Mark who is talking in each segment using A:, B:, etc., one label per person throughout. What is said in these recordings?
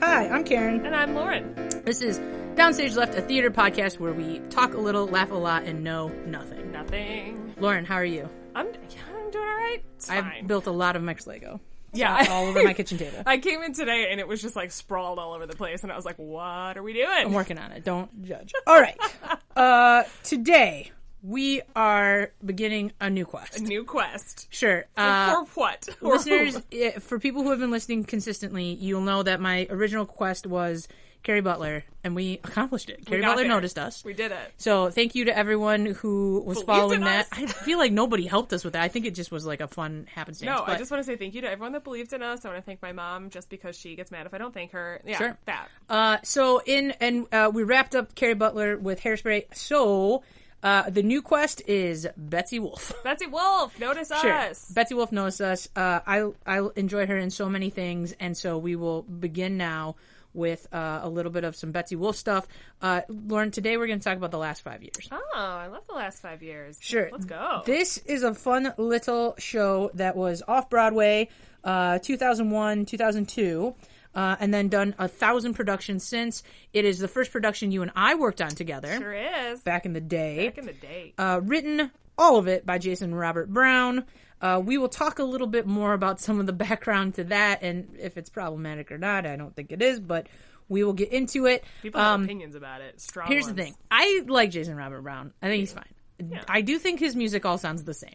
A: I'm Karen.
B: And I'm Lauren.
A: This is Downstage Left, a theater podcast where we talk a little, laugh a lot, and know nothing.
B: Nothing.
A: Lauren, how are you?
B: I'm, yeah, I'm doing all right. It's fine.
A: I've built a lot of Mex Lego.
B: yeah,
A: It's all over my kitchen table.
B: I came in today and it was just like sprawled all over the place, and I was like, "What are we doing?"
A: I'm working on it. Don't judge. All right. Uh, today, we are beginning a new quest.
B: New quest.
A: Sure. Uh,
B: for what? Or
A: listeners,
B: who?
A: eh, for people who have been listening consistently, you'll know that my original quest was Carrie Butler, and we accomplished it. Carrie
B: got
A: Butler
B: there.
A: noticed us.
B: We did it.
A: So thank you to everyone who was following
B: in
A: that.
B: us.
A: I feel like nobody helped us with that. I think it just was like a fun happenstance.
B: No, I
A: but-
B: just want to say thank you to everyone that believed in us. I want to thank my mom just because she gets mad if I don't thank her. Yeah,
A: Sure.
B: that.
A: Uh, so in and uh, we wrapped up Carrie Butler with Hairspray. So uh, the new quest is Betsy Wolf.
B: Betsy Wolf, notice us.
A: Betsy Wolf knows us. Uh, I I enjoy her in so many things, and so we will begin now with uh, a little bit of some Betsy Wolf stuff. Uh, Lauren, today we're going to talk about the last five years.
B: Oh, I love the last five years.
A: Sure.
B: Let's go.
A: This is a fun little show that was off Broadway, uh, 2001, 2002. Uh, and then done a thousand productions since. It is the first production you and I worked on together
B: sure is.
A: back in the day.
B: Back in the day.
A: uh, written all of it by Jason Robert Brown. Uh, we will talk a little bit more about some of the background to that and if it's problematic or not. I don't think it is, but we will get into it.
B: People have opinions about it. Strong.
A: um, Here's
B: ones.
A: the thing. I like Jason Robert Brown. I think he's fine. I do think his music all sounds the same.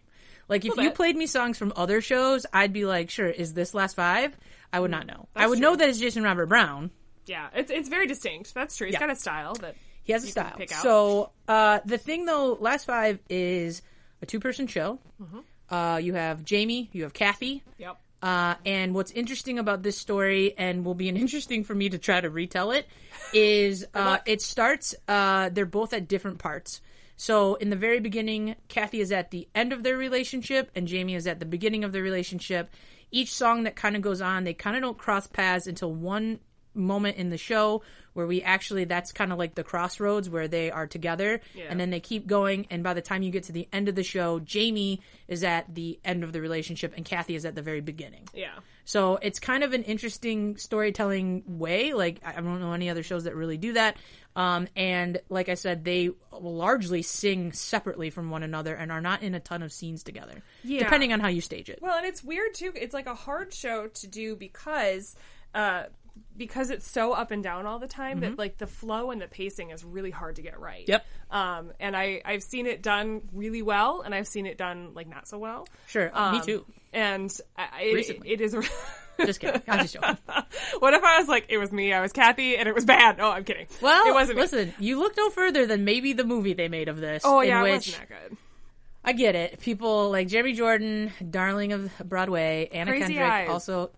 A: Like if you
B: bit.
A: played me songs from other shows, I'd be like, sure, is this last five? I would not know. I would know that it's Jason Robert Brown.
B: Yeah, it's it's very distinct. That's true. He's got a style that
A: He has a
B: can
A: style.
B: pick out.
A: So uh, the thing though, last five is a two person show. Uh, you have Jamie, you have Kathy.
B: Yep.
A: Uh, and what's interesting about this story, and will be an interesting for me to try to retell it, is uh, it starts. Uh, they're both at different parts. So in the very beginning, Kathy is at the end of their relationship, and Jamie is at the beginning of their relationship. Each song that kind of goes on, they kind of don't cross paths until one moment in the show where we actually that's kind of like the crossroads where they are together and then they keep going and by the time you get to the end of the show Jamie is at the end of the relationship and Kathy is at the very beginning.
B: Yeah.
A: So it's kind of an interesting storytelling way. Like I I don't know any other shows that really do that. Um, and like I said, they largely sing separately from one another and are not in a ton of scenes together.
B: Yeah.
A: Depending on how you stage it.
B: Well, and it's weird too. It's like a hard show to do because uh because it's so up and down all the time that like the flow and the pacing is really hard to get right.
A: Yep.
B: Um and I I've seen it done really well and I've seen it done like not so well.
A: Sure.
B: Um,
A: me too.
B: And I, I- it-
A: Recently.
B: it is
A: Just kidding. I'm just joking.
B: What if I was like it was me, I was Kathy and it was bad. Oh, I'm kidding.
A: Well,
B: it wasn't me.
A: listen, you look no further than maybe the movie they made of this.
B: Oh
A: in
B: yeah, it
A: which
B: wasn't that good.
A: I get it. People like Jeremy Jordan, darling of Broadway, Anna
B: Crazy
A: Kendrick,
B: Eyes.
A: also.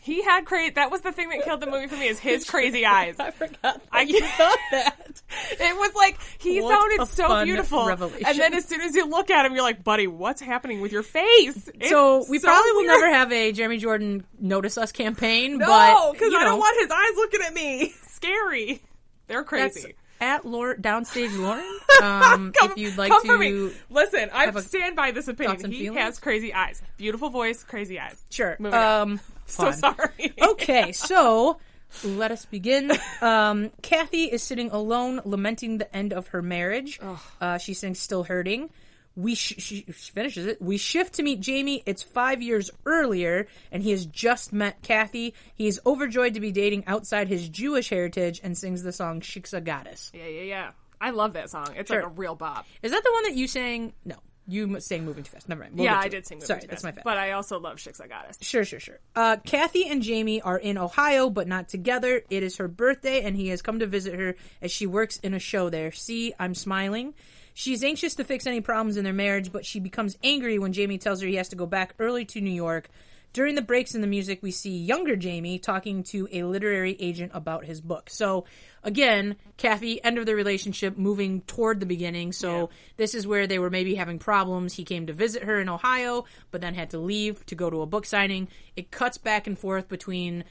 B: He had crazy. That was the thing that killed the movie for me. Is his crazy eyes.
A: forgot.
B: I
A: thought that.
B: It was like he
A: What a
B: sounded so
A: fun
B: beautiful,
A: revelation.
B: and then as soon as you look at him, you're like, "Buddy, what's happening with your face?" It's
A: So we probably will
B: weird.
A: never have a Jeremy Jordan notice us campaign.
B: No,
A: because
B: because I don't want his eyes looking at me. Scary. They're
A: that's
B: crazy.
A: at Lor- downstage Lauren. Um, if you'd like
B: come
A: to,
B: for me. Listen, I
A: a-
B: stand by this
A: thoughts
B: opinion.
A: and
B: He
A: feelings?
B: has crazy eyes. Beautiful voice, crazy eyes.
A: sure.
B: Moving on.
A: Um,
B: So
A: fun. Oh.
B: sorry.
A: okay, so let us begin. Um, Kathy is sitting alone, lamenting the end of her marriage. Uh, she sings "Still Hurting." We sh- she she finishes it. We shift to meet Jamie. It's five years earlier, and he has just met Kathy. He is overjoyed to be dating outside his Jewish heritage, and sings the song "Shiksa Goddess."
B: Yeah, yeah, yeah. I love that song. It's like a real bop.
A: Is that the one that you sang? No, you m- sang "Moving Too Fast." Never mind. We'll
B: yeah,
A: get to
B: I
A: it.
B: did sing. Moving
A: Sorry,
B: Too
A: that's
B: Fast,
A: my bad.
B: But I also love Chicks I Got Us.
A: Sure, sure, sure. Uh, Kathy and Jamie are in Ohio, but not together. It is her birthday, and he has come to visit her as she works in a show there. See, I'm smiling. She's anxious to fix any problems in their marriage, but she becomes angry when Jamie tells her he has to go back early to New York. During the breaks in the music, we see younger Jamie talking to a literary agent about his book. So, again, Kathy, end of the relationship, moving toward the beginning. So, this is where they were maybe having problems. He came to visit her in Ohio, but then had to leave to go to a book signing. It cuts back and forth between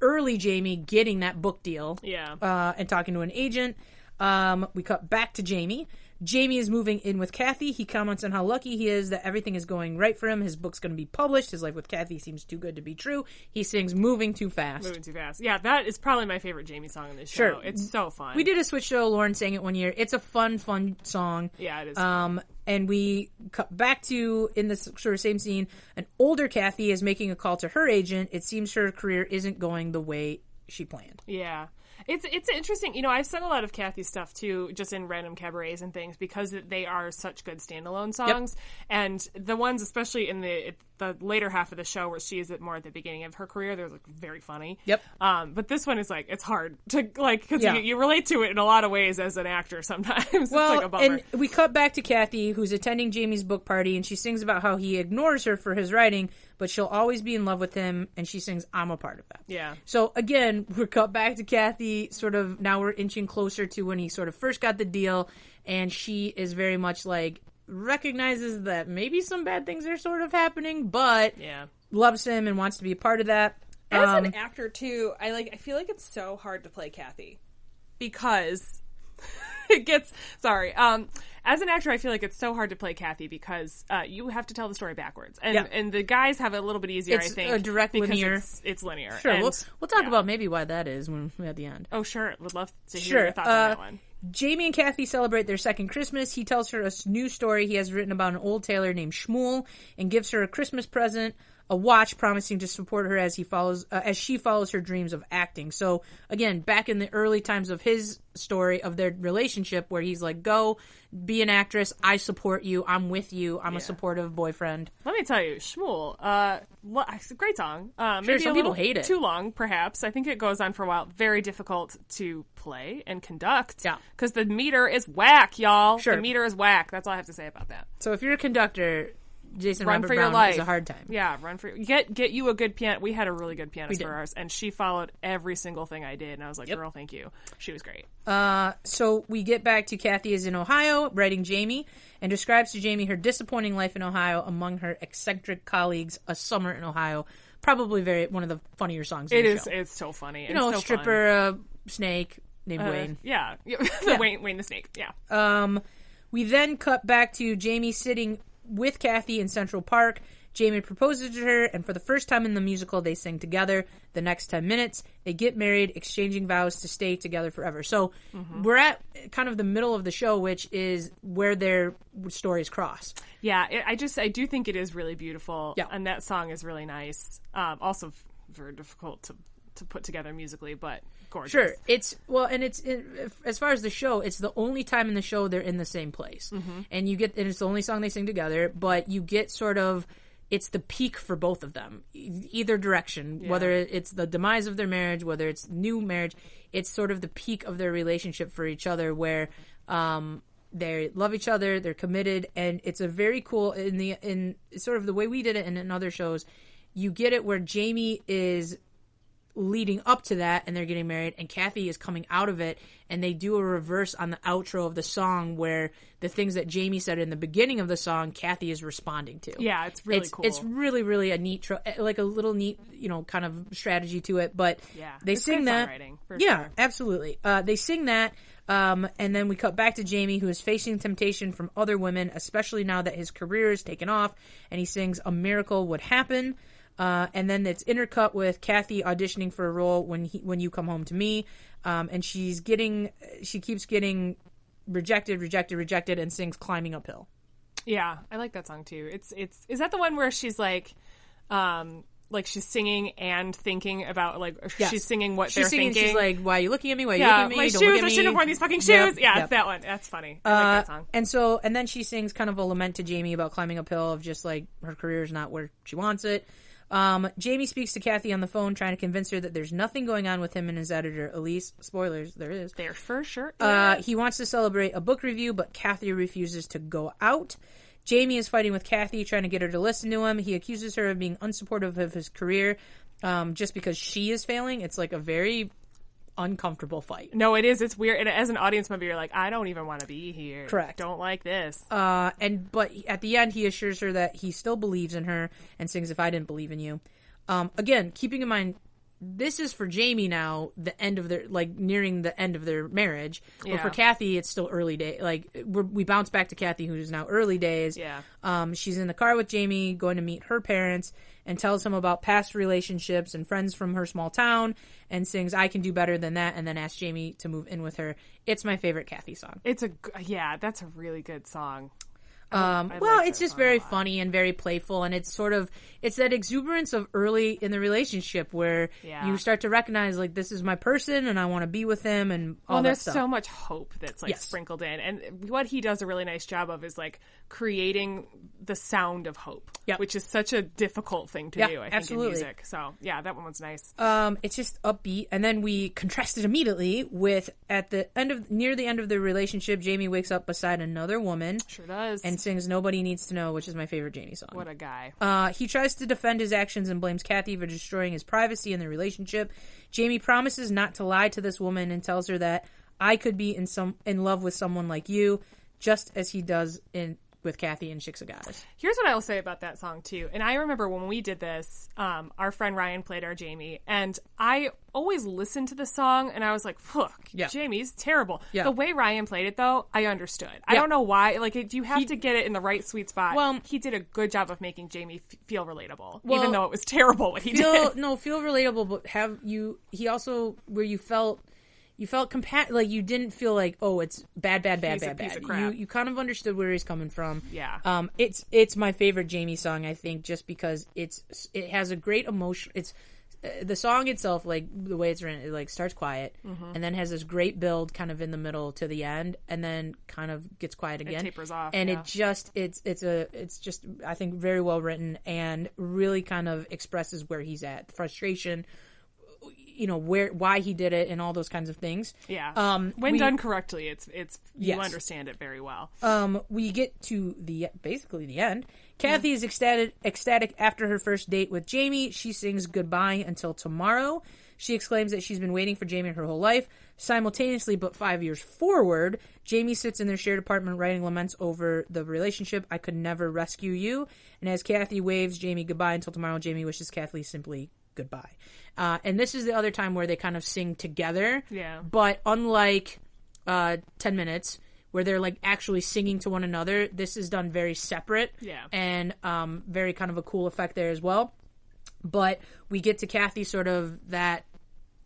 A: early Jamie getting that book deal
B: Yeah.
A: uh, and talking to an agent. Um, we cut back to Jamie. Jamie is moving in with Kathy. He comments on how lucky he is that everything is going right for him. His book's going to be published. His life with Kathy seems too good to be true. He sings Moving Too Fast.
B: Moving too fast. Yeah, that is probably my favorite Jamie song in this show.
A: Sure.
B: It's so fun.
A: We did a switch show. Lauren sang it one year. It's a fun, fun song.
B: Yeah, it is.
A: Um, and we cut back to in this sort of same scene. An older Kathy is making a call to her agent. It seems her career isn't going the way she planned.
B: Yeah. It's it's interesting. You know, I've sung a lot of Kathy stuff too, just in random cabarets and things, because they are such good standalone songs. And the ones, especially in the the later half of the show, where she is at more at the beginning of her career, they're like very funny.
A: Yep.
B: Um, but this one is like it's hard to like because
A: Yeah.
B: you, you relate to it in a lot of ways as an actor sometimes.
A: Well,
B: it's like a bummer.
A: and we cut back to Kathy, who's attending Jamie's book party, and she sings about how he ignores her for his writing, but she'll always be in love with him. And she sings, "I'm a part of that."
B: yeah.
A: So again, we're cut back to Kathy. Sort of now we're inching closer to when he sort of first got the deal, and she is very much like recognizes that maybe some bad things are sort of happening, but
B: Yeah.
A: loves him and wants to be a part of that.
C: As
A: Um,
C: an actor too, I like I feel like it's so hard to play Kathy.
B: because it gets sorry um as an actor i feel like it's so hard to play kathy because uh, you have to tell the story backwards and
A: Yeah.
B: and the guys have it a little bit easier
A: It's
B: i think
A: a direct
B: because
A: linear-
B: it's, it's linear
A: sure,
B: and-
A: we'll, we'll talk
B: yeah.
A: about maybe why that is when at the end.
B: oh sure would love to hear
A: Sure,
B: your thoughts
A: uh,
B: on that one
A: Jamie and Kathy celebrate their second Christmas. He tells her a s- new story he has written about an old tailor named Shmuel and gives her a Christmas present, a watch, promising to support her as he follows uh, as she follows her dreams of acting. So again, back in the early times of his story of their relationship, where he's like, "Go, be an actress. I support you. I'm with you. I'm a supportive boyfriend."
B: let me tell you shmuel uh lo- it's a great song uh, maybe
A: some
B: a
A: people
B: little
A: hate it.
B: too long perhaps i think it goes on for a while very difficult to play and conduct
A: Yeah.
B: because the meter is whack y'all
A: Sure.
B: the meter is whack that's all i have to say about that
A: So if you're a conductor, Jason
B: run
A: Robert
B: for
A: Brown
B: your life
A: is a hard time.
B: Yeah, run for get get you a good pian. We had a really good pianist
A: did.
B: for ours, and she followed every single thing I did, and I was like, "Girl, thank you." She was great.
A: So we get back to Kathy is in Ohio writing Jamie and describes to Jamie her disappointing life in Ohio among her eccentric colleagues. A summer in Ohio, probably very one of the funnier songs.
B: It
A: in the
B: is.
A: show.
B: It's so Uh, funny.
A: you know, stripper uh, snake named Wayne.
B: Yeah, the Wayne Wayne the Snake. Yeah,
A: We then cut back to Jamie sitting with Kathy in Central Park. Jamie proposes to her, and for the first time in the musical, they sing together. The next 10 minutes, they get married, exchanging vows to stay together forever. So we're at kind of the middle of the show, which is where their stories cross.
B: yeah. It, I just I do think it is really beautiful.
A: Yeah.
B: and that song is really nice. Um, also f- very difficult to to put together musically, but gorgeous.
A: Sure. It's, well, and it's, it, as far as the show, it's the only time in the show they're in the same place. And you get, and it's the only song they sing together, but you get sort of, it's the peak for both of them, e- either direction, whether it's the demise of their marriage, whether it's new marriage, it's sort of the peak of their relationship for each other where, um, they love each other, they're committed, and it's a very cool in the, in sort of the way we did it and in other shows, you get it where Jamie is leading up to that and they're getting married and Kathy is coming out of it and they do a reverse on the outro of the song where the things that Jamie said in the beginning of the song Kathy is responding to.
B: Yeah, it's really
A: it's,
B: cool.
A: It's really really a neat tro- eh, like a little neat, you know, kind of strategy to it, but
B: Yeah.
A: they
B: It's
A: sing
B: good
A: that
B: songwriting, for
A: Yeah,
B: sure.
A: absolutely. Uh, they sing that um, and then we cut back to Jamie who is facing temptation from other women, especially now that his career is taken off and he sings a miracle would happen. Uh, and then it's intercut with Kathy auditioning for a role when he, when you come home to me, um, and she's getting she keeps getting rejected, rejected, rejected, and sings climbing uphill.
B: Yeah, I like that song too. It's it's is that the one where she's like, um, like she's singing and thinking about like she's singing what
A: she's
B: they're
A: singing.
B: thinking.
A: She's like, "Why are you looking at me? Why are you
B: yeah,
A: looking at me?
B: my
A: Don't
B: shoes.
A: look at
B: I
A: me."
B: shouldn't have worn these fucking shoes.
A: Yep,
B: yeah,
A: yep.
B: it's that one. That's funny. I like that
A: Uh,
B: song.
A: And so, and then she sings kind of a lament to Jamie about climbing uphill of just like her career is not where she wants it. Um, Jamie speaks to Kathy on the phone, trying to convince her that there's nothing going on with him and his editor, Elise. Spoilers, there is.
B: They're for sure.
A: Uh, he wants to celebrate a book review, but Kathy refuses to go out. Jamie is fighting with Kathy, trying to get her to listen to him. He accuses her of being unsupportive of his career um, just because she is failing. It's like a very uncomfortable fight.
B: no, it is. It's weird. And as an audience member, you're like, I don't even want to be here.
A: Correct.
B: Don't like this.
A: Uh, and but at the end, he assures her that he still believes in her and sings "If I Didn't Believe in You." Um, again, keeping in mind, this is for Jamie now, the end of their like nearing the end of their marriage. But
B: Yeah.
A: for Kathy, it's still early day. Like we're, we bounce back to Kathy, who's now early days.
B: Yeah.
A: Um, she's in the car with Jamie, going to meet her parents, and tells him about past relationships and friends from her small town, and sings "I Can Do Better Than That," and then asks Jamie to move in with her. It's my favorite Kathy song.
B: It's a g- yeah, that's a really good song.
A: Um,
B: I
A: well,
B: like
A: it's
B: that
A: just
B: song
A: very funny and very playful, and it's sort of it's that exuberance of early in the relationship where
B: Yeah.
A: you start to recognize like this is my person and I want to be with him and all
B: Well,
A: that
B: there's
A: stuff.
B: so much hope that's like
A: Yes.
B: sprinkled in, and what he does a really nice job of is like creating the sound of hope,
A: Yep.
B: which is such a difficult thing to
A: Yeah,
B: do. I think
A: absolutely.
B: in music. So yeah, that one was nice.
A: um, it's just upbeat, and then we contrast it immediately with at the end of near the end of the relationship, Jamie wakes up beside another woman
B: sure does.
A: and sings "Nobody Needs to Know," which is my favorite Jamie song.
B: what a guy.
A: Uh, he tries to defend his actions and blames Kathy for destroying his privacy in the relationship. Jamie promises not to lie to this woman and tells her that I could be in some in love with someone like you, just as he does in with Kathy and Shixagatas.
B: Here's what I will say about that song too. And I remember when we did this, um, our friend Ryan played our Jamie, and I always listened to the song and I was like, "Fuck,
A: Yeah.
B: Jamie's terrible."
A: Yeah.
B: The way Ryan played it though, I understood. I
A: Yeah.
B: don't know why. Like, it, you have to get it in the right sweet spot.
A: Well-
B: he did a good job of making Jamie f- feel relatable,
A: Well,
B: even though it was terrible what he
A: Feel
B: did.
A: no, feel relatable, but have you? He also where you felt. You felt compa- like you didn't feel like oh it's bad bad bad
B: He's a
A: bad
B: piece
A: bad.
B: of crap.
A: You you kind of understood where he's coming from.
B: Yeah.
A: Um. It's it's my favorite Jamie song I think just because it's it has a great emotion. It's uh, the song itself like the way it's written it like starts quiet
B: Mm-hmm.
A: and then has this great build kind of in the middle to the end and then kind of gets quiet again
B: tapers off,
A: and
B: yeah.
A: it just it's it's a it's just I think very well written and really kind of expresses where he's at frustration you know where why he did it and all those kinds of things
B: Yeah.
A: um
B: when
A: we,
B: done correctly, it's it's you
A: Yes.
B: understand it very well.
A: um we get to the basically the end Kathy is ecstatic ecstatic after her first date with Jamie she sings goodbye until tomorrow she exclaims that she's been waiting for Jamie her whole life simultaneously but 5 years forward Jamie sits in their shared apartment writing laments over the relationship I could never rescue you and as Kathy waves Jamie goodbye until tomorrow Jamie wishes Kathy simply goodbye uh, and this is the other time where they kind of sing together
B: Yeah.
A: but unlike uh, 10 minutes where they're like actually singing to one another this is done very separate
B: Yeah.
A: and um, very kind of a cool effect there as well but we get to kathy sort of that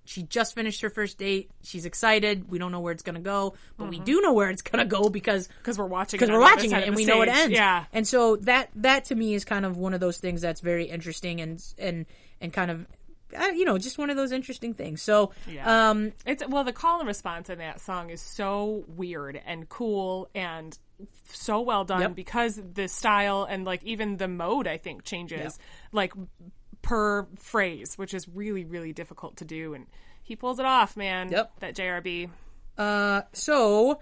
A: she just finished her first date she's excited we don't know where it's going to go but
B: Mm-hmm.
A: we do know where it's going to go because
B: Because we're watching.
A: because
B: on
A: we're
B: the other
A: watching
B: side
A: it
B: of
A: and we
B: the
A: know it
B: stage.
A: ends.
B: Yeah.
A: And so that that to me is kind of one of those things that's very interesting and and and kind of uh, you know just one of those interesting things. So
B: Yeah.
A: um
B: It's well, the call and response in that song is so weird and cool and so well done
A: Yep.
B: because the style and like even the mode I think changes like per phrase, which is really really difficult to do, and he pulls it off, man.
A: Yep.
B: that JRB.
A: uh so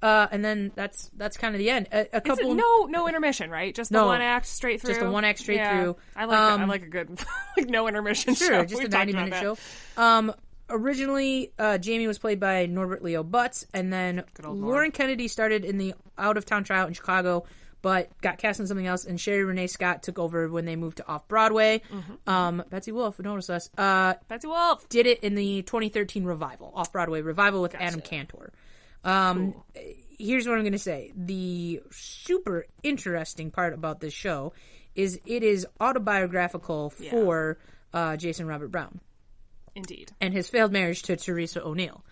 A: uh and then that's that's kind of the end. A, a
B: Is it-
A: couple
B: no, no intermission, right? Just the
A: No.
B: one act straight through.
A: Just the one act straight
B: Yeah.
A: through.
B: I like that. I
A: Um,
B: like a good like no intermission
A: sure,
B: show.
A: just a
B: We've
A: ninety
B: talked about
A: minute
B: that.
A: show. Um, originally, uh, Jamie was played by Norbert Leo Butz, and then
B: old
A: Lauren
B: Norm.
A: Kennedy started in the out of town tryout in Chicago, but got cast in something else. And Sherry Renee Scott took over when they moved to off Broadway.
B: Mm-hmm.
A: Um, Betsy Wolf, who noticed us, uh,
B: Betsy Wolf.
A: did it in the 2013 revival, off Broadway revival with Adam Cantor. Um, Here's what I'm going to say. The super interesting part about this show is it is autobiographical for uh, Jason Robert Brown
B: Indeed.
A: and his failed marriage to Teresa O'Neill.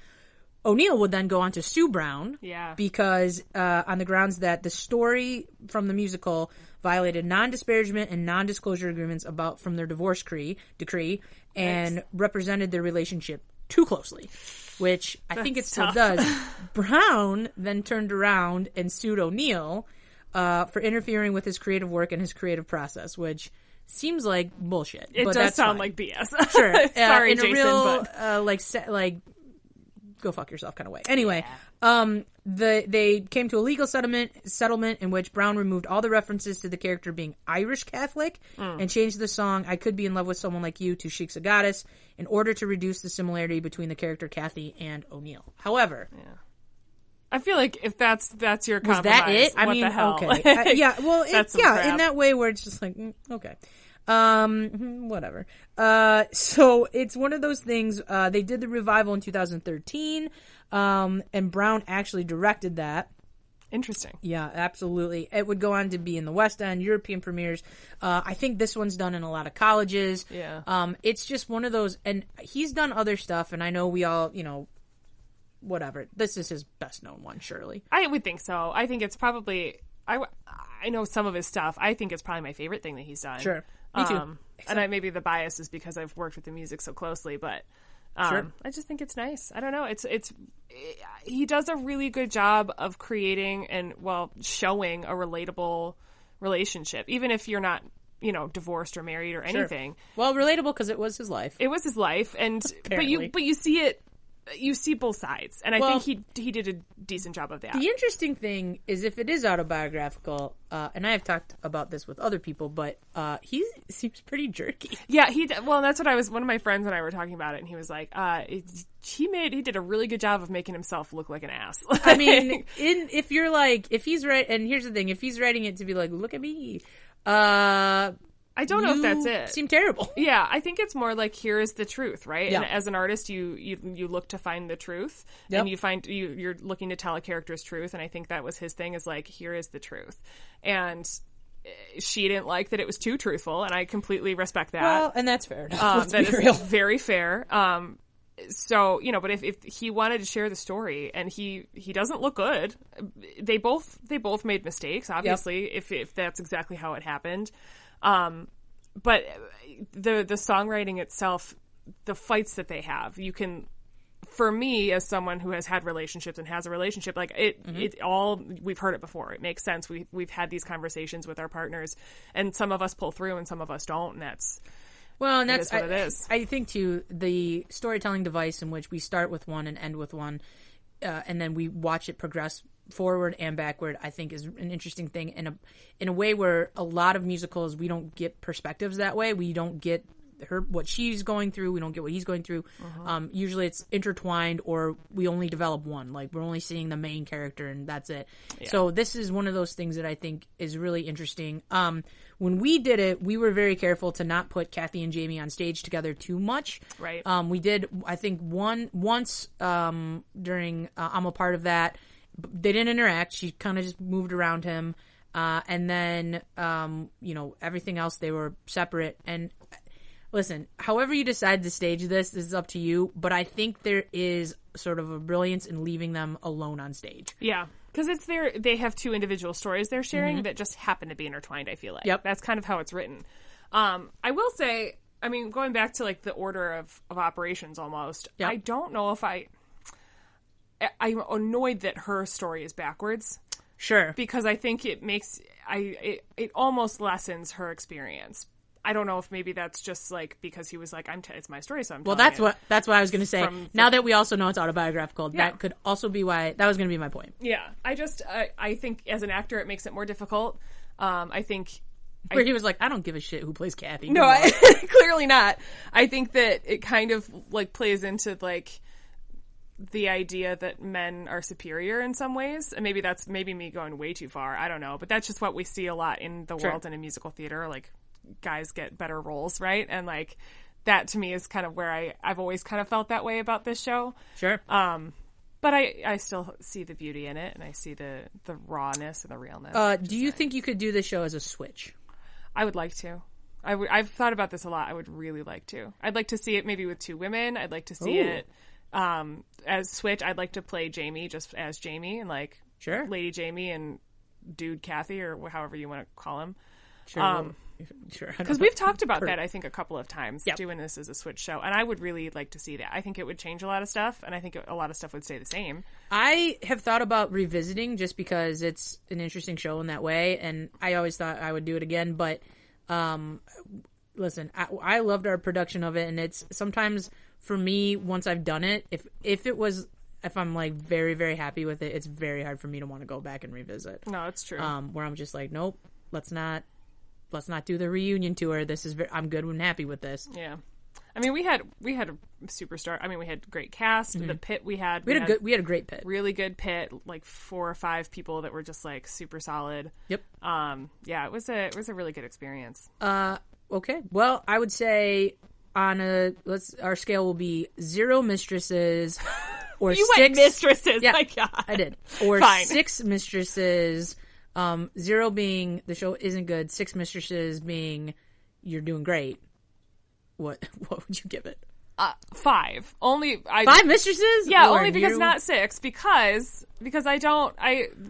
A: O'Neill would then go on to sue Brown
B: Yeah.
A: because, uh, on the grounds that the story from the musical violated non disparagement and non disclosure agreements about from their divorce cree, decree and represented their relationship too closely, which I think it still does. Brown then turned around and sued O'Neill uh, for interfering with his creative work and his creative process, which seems like bullshit.
B: It
A: but
B: does
A: that's
B: sound
A: fine
B: like BS.
A: sure. Uh,
B: Sorry,
A: in
B: Jason,
A: a real
B: but
A: uh, like se- like go fuck yourself kind of way. Anyway, um, the they came to a legal settlement settlement in which Brown removed all the references to the character being Irish Catholic
B: Mm.
A: and changed the song "I Could Be in Love with Someone Like You" to "She's a Goddess" in order to reduce the similarity between the character Kathy and O'Neill. However,
B: I feel like if that's that's your
A: is that
B: compromise,
A: it? I
B: what
A: mean,
B: the hell?
A: okay, Uh, yeah. Well, it,
B: That's some
A: yeah,
B: crap.
A: in that way where it's just like mm, okay. Um, hmm, whatever. Uh, so it's one of those things. Uh, they did the revival in 2013, um, and Brown actually directed that.
B: Interesting.
A: Yeah, absolutely. It would go on to be in the West End, European premieres. Uh, I think this one's done in a lot of colleges.
B: Yeah.
A: Um, it's just one of those, and he's done other stuff, and I know we all, you know, whatever. This is his best known one, surely.
B: I would think so. I think it's probably I, w- I know some of his stuff. I think it's probably my favorite thing that he's done.
A: Sure. Me too.
B: Um, and I maybe the bias is because I've worked with the music so closely, but um,
A: Sure.
B: I just think it's nice. I don't know. It's it's he does a really good job of creating and well showing a relatable relationship, even if you're not you know divorced or married or anything
A: Well, relatable because it was his life.
B: it was his life and but
A: Apparently.
B: you but you see it you see both sides and i
A: Well-
B: think he he did a decent job of that
A: The interesting thing is if it is autobiographical, uh, and I have talked about this with other people, but uh, he seems pretty jerky.
B: yeah he d- well that's what i was one of my friends and i were talking about it and he was like uh it, he made he did a really good job of making himself look like an ass
A: I mean, in if you're like if he's right, and here's the thing: if he's writing it to be like, look at me, uh,
B: i don't know if that's
A: you
B: it
A: Seem terrible.
B: yeah i think it's more like here is the truth right
A: Yeah.
B: and as an artist you you, you look to find the truth
A: Yep.
B: and you find you you're looking to tell a character's truth and i think that was his thing is like here is the truth and eh, she didn't like that it was too truthful and i completely respect that
A: Well, and that's fair enough.
B: Um,
A: Let's
B: that
A: be
B: is
A: real.
B: very fair. Um, so you know, but if, if he wanted to share the story and he he doesn't look good, they both they both made mistakes. Obviously, if if that's exactly how it happened, um, but the the songwriting itself, the fights that they have, you can. For me, as someone who has had relationships and has a relationship, like it,
A: Mm-hmm.
B: it all we've heard it before. It makes sense. We we've had these conversations with our partners, and some of us pull through, and some of us don't, and that's
A: Well, and that's
B: is what it
A: I-
B: is.
A: I think too the storytelling device in which we start with one and end with one, uh, and then we watch it progress forward and backward. I think is an interesting thing in a in a way where a lot of musicals we don't get perspectives that way. We don't get her what she's going through. We don't get what he's going through. Um, usually it's intertwined, or we only develop one. Like we're only seeing the main character, and that's it. So this is one of those things that I think is really interesting. Um, when we did it, we were very careful to not put Kathy and Jamie on stage together too much.
B: Right.
A: Um, we did, I think, one once um, during uh, I'm a part of that. b- They didn't interact. She kind of just moved around him, uh, and then um, you know everything else they were separate. And listen, however you decide to stage this, this is up to you. But I think there is sort of a brilliance in leaving them alone on stage.
B: Yeah, because it's their they have two individual stories they're sharing that just happen to be intertwined. I feel like
A: Mm-hmm. Yep.
B: that's kind of how it's written. Um, I will say, I mean, going back to like the order of of operations, almost.
A: Yep.
B: I don't know if I. I- I'm annoyed that her story is backwards
A: Sure.
B: because I think it makes I it, it almost lessens her experience. I don't know if maybe that's just like because he was like I'm t- it's my story so I'm
A: Well,
B: telling
A: that's
B: it.
A: what that's what I was going to say.
B: From-
A: now that we also know it's autobiographical,
B: Yeah.
A: that could also be why that was going to be my point.
B: yeah I just I, I think as an actor it makes it more difficult. Um, I think
A: Where he was like, "I don't give a shit who plays Kathy."
B: No, I, clearly not. I think that it kind of like plays into like the idea that men are superior in some ways, and maybe that's maybe me going way too far. I don't know, but that's just what we see a lot in the world and in musical theater. Like guys get better roles, right? And like that to me is kind of where I I've always kind of felt that way about this show.
A: sure.
B: But I, I still see the beauty in it, and I see the, the rawness and the realness.
A: uh, do you think you could do the show as a switch?
B: I would like to. I would. I've thought about this a lot. I would really like to. I'd like to see it maybe with two women. I'd like to see
A: Ooh.
B: it um, as Switch. I'd like to play Jamie just as Jamie and like
A: Sure.
B: Lady Jamie and Dude Kathy or wh- however you want to call him.
A: Sure. sure.
B: Because we've talked about that I think a couple of times
A: Yep.
B: doing this as a Switch show, and I would really like to see that. I think it would change a lot of stuff, and I think a lot of stuff would stay the same.
A: I have thought about revisiting just because it's an interesting show in that way, and I always thought I would do it again. But um, listen, I, I loved our production of it, and it's sometimes for me once I've done it, if if it was if I'm like very very happy with it, it's very hard for me to want to go back and revisit.
B: No, it's true.
A: Um, where I'm just like, nope, let's not. Let's not do the reunion tour. This is ver I'm good and happy with this.
B: yeah. I mean, we had we had a superstar. I mean, we had great cast. The pit we had.
A: mm-hmm. We had a good. We had a great pit.
B: really good pit, like four or five people that were just like super solid.
A: Yep.
B: Um, yeah, it was a it was a really good experience.
A: Okay. Well, I would say on a let's our scale will be zero mistresses or
B: You
A: six
B: went mistresses.
A: Yeah,
B: My God.
A: I did. Or
B: Fine.
A: six mistresses. Um, zero being the show isn't good. Six mistresses being you're doing great. What what would you give it?
B: Uh, five. Only I.
A: Five mistresses?
B: Yeah,
A: Lauren,
B: only because
A: you-
B: not six. Because because I don't I. uh,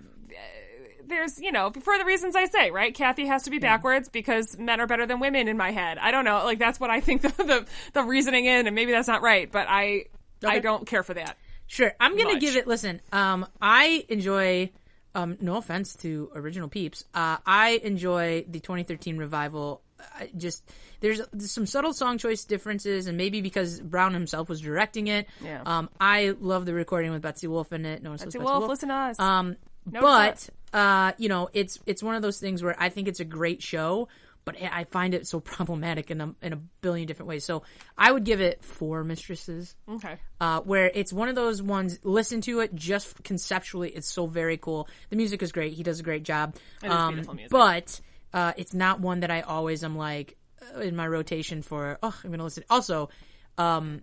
B: There's, you know, for the reasons I say, right? Kathy has to be backwards because men are better than women in my head. I don't know, like that's what I think the the, the reasoning in, and maybe that's not right, but I I don't care for that.
A: Sure, I'm gonna
B: much.
A: give it. Listen, um, I enjoy. Um, no offense to original peeps, uh, I enjoy the 2013 revival. I just there's, there's some subtle song choice differences, and maybe because Brown himself was directing it.
B: Yeah.
A: Um, I love the recording with Betsy Wolf in it. No one says
B: Say,
A: Betsy
B: Wolf,
A: Wolf.
B: listen to us.
A: Um,
B: it's
A: but uh, you know, it's it's one of those things where I think it's a great show, but I- I find it so problematic in a, in a billion different ways. So I would give it four mistresses
B: okay.
A: uh, where it's one of those ones. Listen to it just conceptually; it's so very cool. The music is great. He does a great job. Um,
B: is beautiful music.
A: But uh, it's not one that I always am like uh, in my rotation for. Oh, I'm gonna listen. Also, um,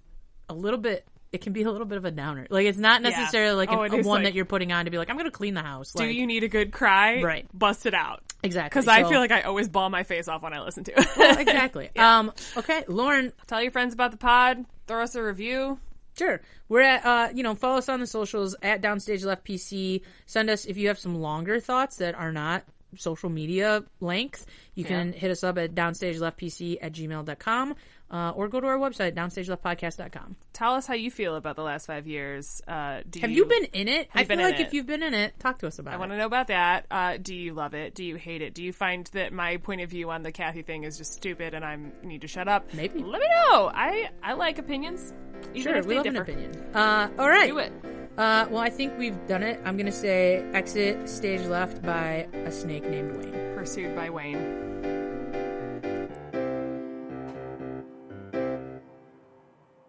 A: a little bit. It can be a little bit of a downer. Like it's not necessarily like
B: Oh,
A: an,
B: it
A: a
B: is,
A: one
B: like-
A: that you're putting on to be like, I'm gonna clean the house.
B: Do
A: like,
B: you need a good cry?
A: Right.
B: Bust it out.
A: exactly?
B: Because I
A: So-
B: feel like I always ball my face off when I listen to it.
A: exactly. Um. Okay, Lauren.
B: Tell your friends about the pod. Throw us a review.
A: Sure. We're at, uh, you know, follow us on the socials at Downstage Left PC. Send us if you have some longer thoughts that are not social media length. You can hit us up at downstageleftpc at gmail.com uh, or go to our website, downstageleftpodcast.com.
B: Tell us how you feel about the last five years. Uh, do
A: Have you been in it? I feel
B: been in
A: like if
B: it?
A: you've been in it, talk to us about
B: I want
A: it.
B: to know about that. Uh, do you love it? Do you hate it? Do you find that my point of view on the Kathy thing is just stupid and I need to shut up?
A: Maybe.
B: Let me know. I I like opinions. Even
A: Sure,
B: if
A: we
B: they
A: love
B: differ.
A: an opinion. Uh, all right.
B: Do it.
A: Uh, well, I think we've done it. I'm going to say exit stage left by a snake named Wayne.
B: Pursued by Wayne.